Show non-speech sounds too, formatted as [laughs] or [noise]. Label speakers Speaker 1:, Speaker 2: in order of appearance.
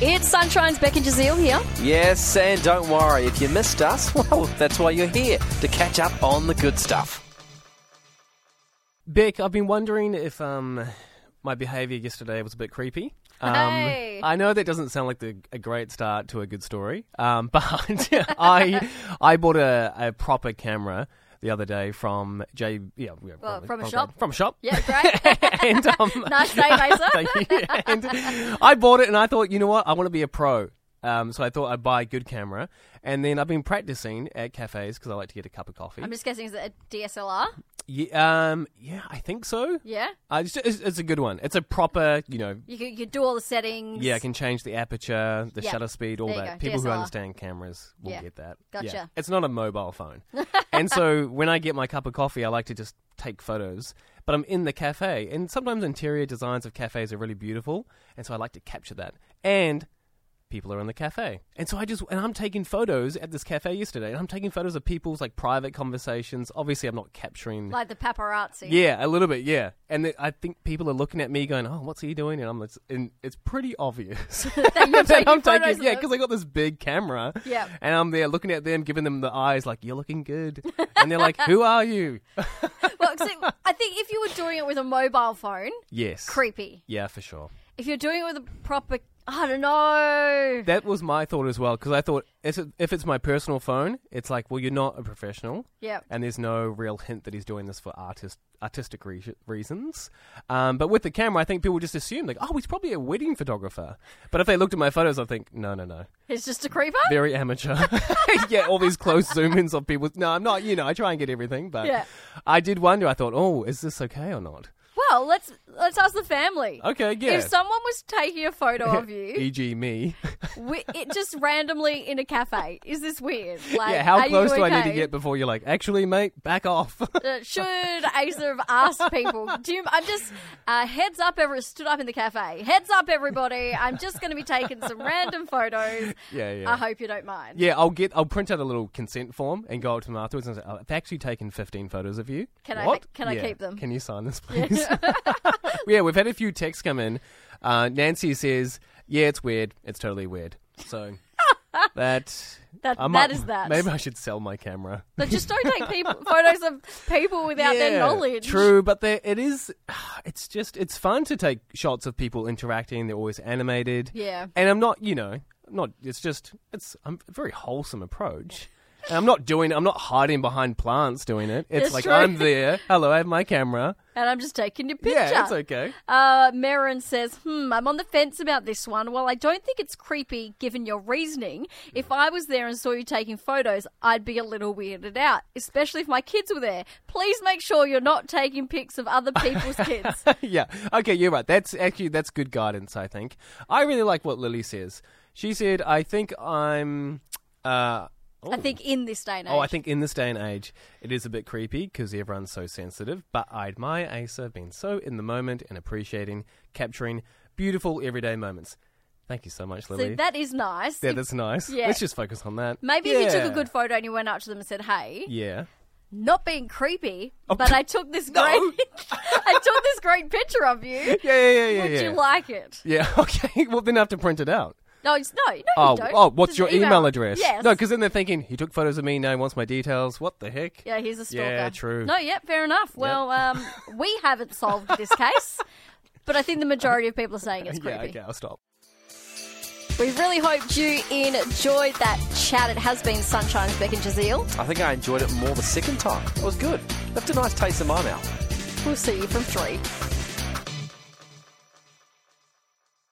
Speaker 1: It's Sunshine's Becky Jazeel here.
Speaker 2: Yes, and don't worry, if you missed us, [laughs] well, that's why you're here, to catch up on the good stuff.
Speaker 3: Beck, I've been wondering if um, my behaviour yesterday was a bit creepy. Um,
Speaker 1: Hey.
Speaker 3: I know that doesn't sound like the, a great start to a good story, um, [laughs] but I I bought a, a proper camera the other day from J yeah, yeah, probably-
Speaker 1: from a
Speaker 3: okay,
Speaker 1: shop?
Speaker 3: from a shop
Speaker 1: Yeah, great.
Speaker 3: [laughs] and um,
Speaker 1: [laughs] nice day, Mesa.
Speaker 3: Thank you. And I bought it and I thought, you know what? I want to be a pro. Um, so I thought I'd buy a good camera. And then I've been practicing at cafes because I like to get a cup of coffee.
Speaker 1: I'm just guessing is it a DSLR?
Speaker 3: Ye- um, yeah, I think so.
Speaker 1: Yeah.
Speaker 3: I just, Uh, it's, it's a good one. It's a proper, you know,
Speaker 1: You can, you do all the settings.
Speaker 3: yeah, I can change the aperture, the
Speaker 1: Yeah.
Speaker 3: shutter speed, all
Speaker 1: There you
Speaker 3: that.
Speaker 1: go,
Speaker 3: People who
Speaker 1: DSLR.
Speaker 3: understand cameras will
Speaker 1: Yeah.
Speaker 3: get that.
Speaker 1: Gotcha.
Speaker 3: Yeah. It's not a
Speaker 1: [laughs]
Speaker 3: mobile phone. and so when I get my cup of coffee, I like to just take photos. But I'm in the cafe, and sometimes interior designs of cafes are really beautiful, and so I like to capture that. And people are in the cafe. And so I just and I'm taking photos at this cafe yesterday, and I'm taking photos of people's like private conversations. Obviously, I'm not capturing
Speaker 1: Like the paparazzi.
Speaker 3: yeah, a little bit, yeah. And th- I think people are looking at me going, "Oh, what's he doing?" And I'm, it's, and it's pretty
Speaker 1: [laughs]
Speaker 3: obvious [laughs] that,
Speaker 1: taking
Speaker 3: I'm
Speaker 1: photos of
Speaker 3: taking, yeah,
Speaker 1: them.
Speaker 3: because I got this big camera,
Speaker 1: Yep.
Speaker 3: and I'm there looking at them, giving them the eyes, like, "You're looking
Speaker 1: [laughs]
Speaker 3: good," and they're like, "Who are you?"
Speaker 1: Well, 'cause it- I think if you were doing it with a mobile phone,
Speaker 3: yes,
Speaker 1: creepy.
Speaker 3: Yeah, for sure.
Speaker 1: If you're doing it with a proper, I don't know.
Speaker 3: That was my thought as well, because I thought if, it, if it's my personal phone, it's like, well, you're not a professional,
Speaker 1: Yep.
Speaker 3: and there's no real hint that he's doing this for artist artistic re- reasons. Um, but with the camera, I think people just assume like, oh, he's probably a wedding photographer. But if they looked at my photos, I think, no, no, no,
Speaker 1: It's just a creeper.
Speaker 3: very amateur. [laughs] yeah, all these close zoom-ins of people. No, I'm not. You know, I try and get everything, but
Speaker 1: Yeah.
Speaker 3: I did wonder. I thought, oh, is this okay or not?
Speaker 1: Well, let's let's ask the family.
Speaker 3: Okay, yeah.
Speaker 1: If
Speaker 3: [laughs]
Speaker 1: someone was taking a photo of you,
Speaker 3: E.g., me.
Speaker 1: wi- it just randomly in a cafe, is this weird? Like,
Speaker 3: yeah, how
Speaker 1: are you
Speaker 3: close do I need to
Speaker 1: okay?
Speaker 3: get before you're like, actually, mate, back off? [laughs]
Speaker 1: Uh, should Asa have asked people? Do you, I'm just uh, heads up, ever stood up in the cafe. Heads up, everybody! I'm just going to be taking some random photos.
Speaker 3: yeah, yeah.
Speaker 1: I hope you don't mind.
Speaker 3: Yeah, I'll get. I'll print out a little consent form and go up to them afterwards and say, oh, "I've actually taken fifteen photos of you.
Speaker 1: Can I-
Speaker 3: What?
Speaker 1: can I
Speaker 3: Yeah.
Speaker 1: keep them?"
Speaker 3: Can you sign this, please? yeah, we've had a few texts come in. Uh, Nancy says, "Yeah, it's weird. It's totally weird." So
Speaker 1: [laughs]
Speaker 3: that
Speaker 1: [laughs] That-
Speaker 3: I
Speaker 1: that is that.
Speaker 3: Maybe I should sell my camera.
Speaker 1: But just don't take people, photos of people without their
Speaker 3: [laughs] Yeah,
Speaker 1: knowledge.
Speaker 3: True, but there, it is. [sighs] It's just it's fun to take shots of people interacting. They're always animated.
Speaker 1: Yeah.
Speaker 3: and I'm not. You know, not. It's just it's I'm a very wholesome approach. And I'm not doing. I'm not hiding behind plants doing it. It's
Speaker 1: It's
Speaker 3: like
Speaker 1: true.
Speaker 3: I'm there. Hello, I have my camera.
Speaker 1: And I'm just taking your picture.
Speaker 3: Yeah, it's okay. [laughs]
Speaker 1: Uh, Marin says, hmm, I'm on the fence about this one. Well, I don't think it's creepy given your reasoning. If I was there and saw you taking photos, I'd be a little weirded out, especially if my kids were there. Please make sure you're not taking pics of other people's
Speaker 3: [laughs]
Speaker 1: kids.
Speaker 3: yeah. Okay, you're right. That's actually that's good guidance, I think. I really like what Lily says. She said, "I think I'm." Uh,
Speaker 1: I think in this day and age.
Speaker 3: Oh, I think in this day and age, it is a bit creepy because everyone's so sensitive. But I admire Asa being so in the moment and appreciating, capturing beautiful everyday moments. Thank you so much, Lily.
Speaker 1: so that is nice.
Speaker 3: yeah, that's nice.
Speaker 1: yeah.
Speaker 3: Let's just focus on that.
Speaker 1: Maybe if you took a
Speaker 3: Yeah.
Speaker 1: good photo and you went up to them and said, hey,
Speaker 3: Yeah. Oh,
Speaker 1: not being creepy, but I took
Speaker 3: [laughs]
Speaker 1: this great [laughs] I took this great picture of you.
Speaker 3: Yeah, yeah, yeah, yeah.
Speaker 1: Would
Speaker 3: yeah.
Speaker 1: you like it?
Speaker 3: yeah, [laughs] okay. Well, then I have to print it out.
Speaker 1: No, it's, no, no,
Speaker 3: Oh,
Speaker 1: you don't.
Speaker 3: oh, what's
Speaker 1: Just
Speaker 3: your email, address?
Speaker 1: Yes.
Speaker 3: No, because then they're thinking, he took photos of me, now he wants my details. What the heck?
Speaker 1: Yeah, he's a stalker.
Speaker 3: Yeah, true.
Speaker 1: No, yeah, fair enough. Well,
Speaker 3: [laughs]
Speaker 1: um, we haven't solved this case, but I think the majority of people are saying it's
Speaker 3: [laughs] yeah
Speaker 1: creepy.
Speaker 3: okay, I'll stop.
Speaker 1: We really hoped you enjoyed that chat. It has been Sunshine's Beck and Jazeel.
Speaker 2: I think I enjoyed it more the second time. It was good. Left a nice taste in my mouth.
Speaker 1: We'll see you from three.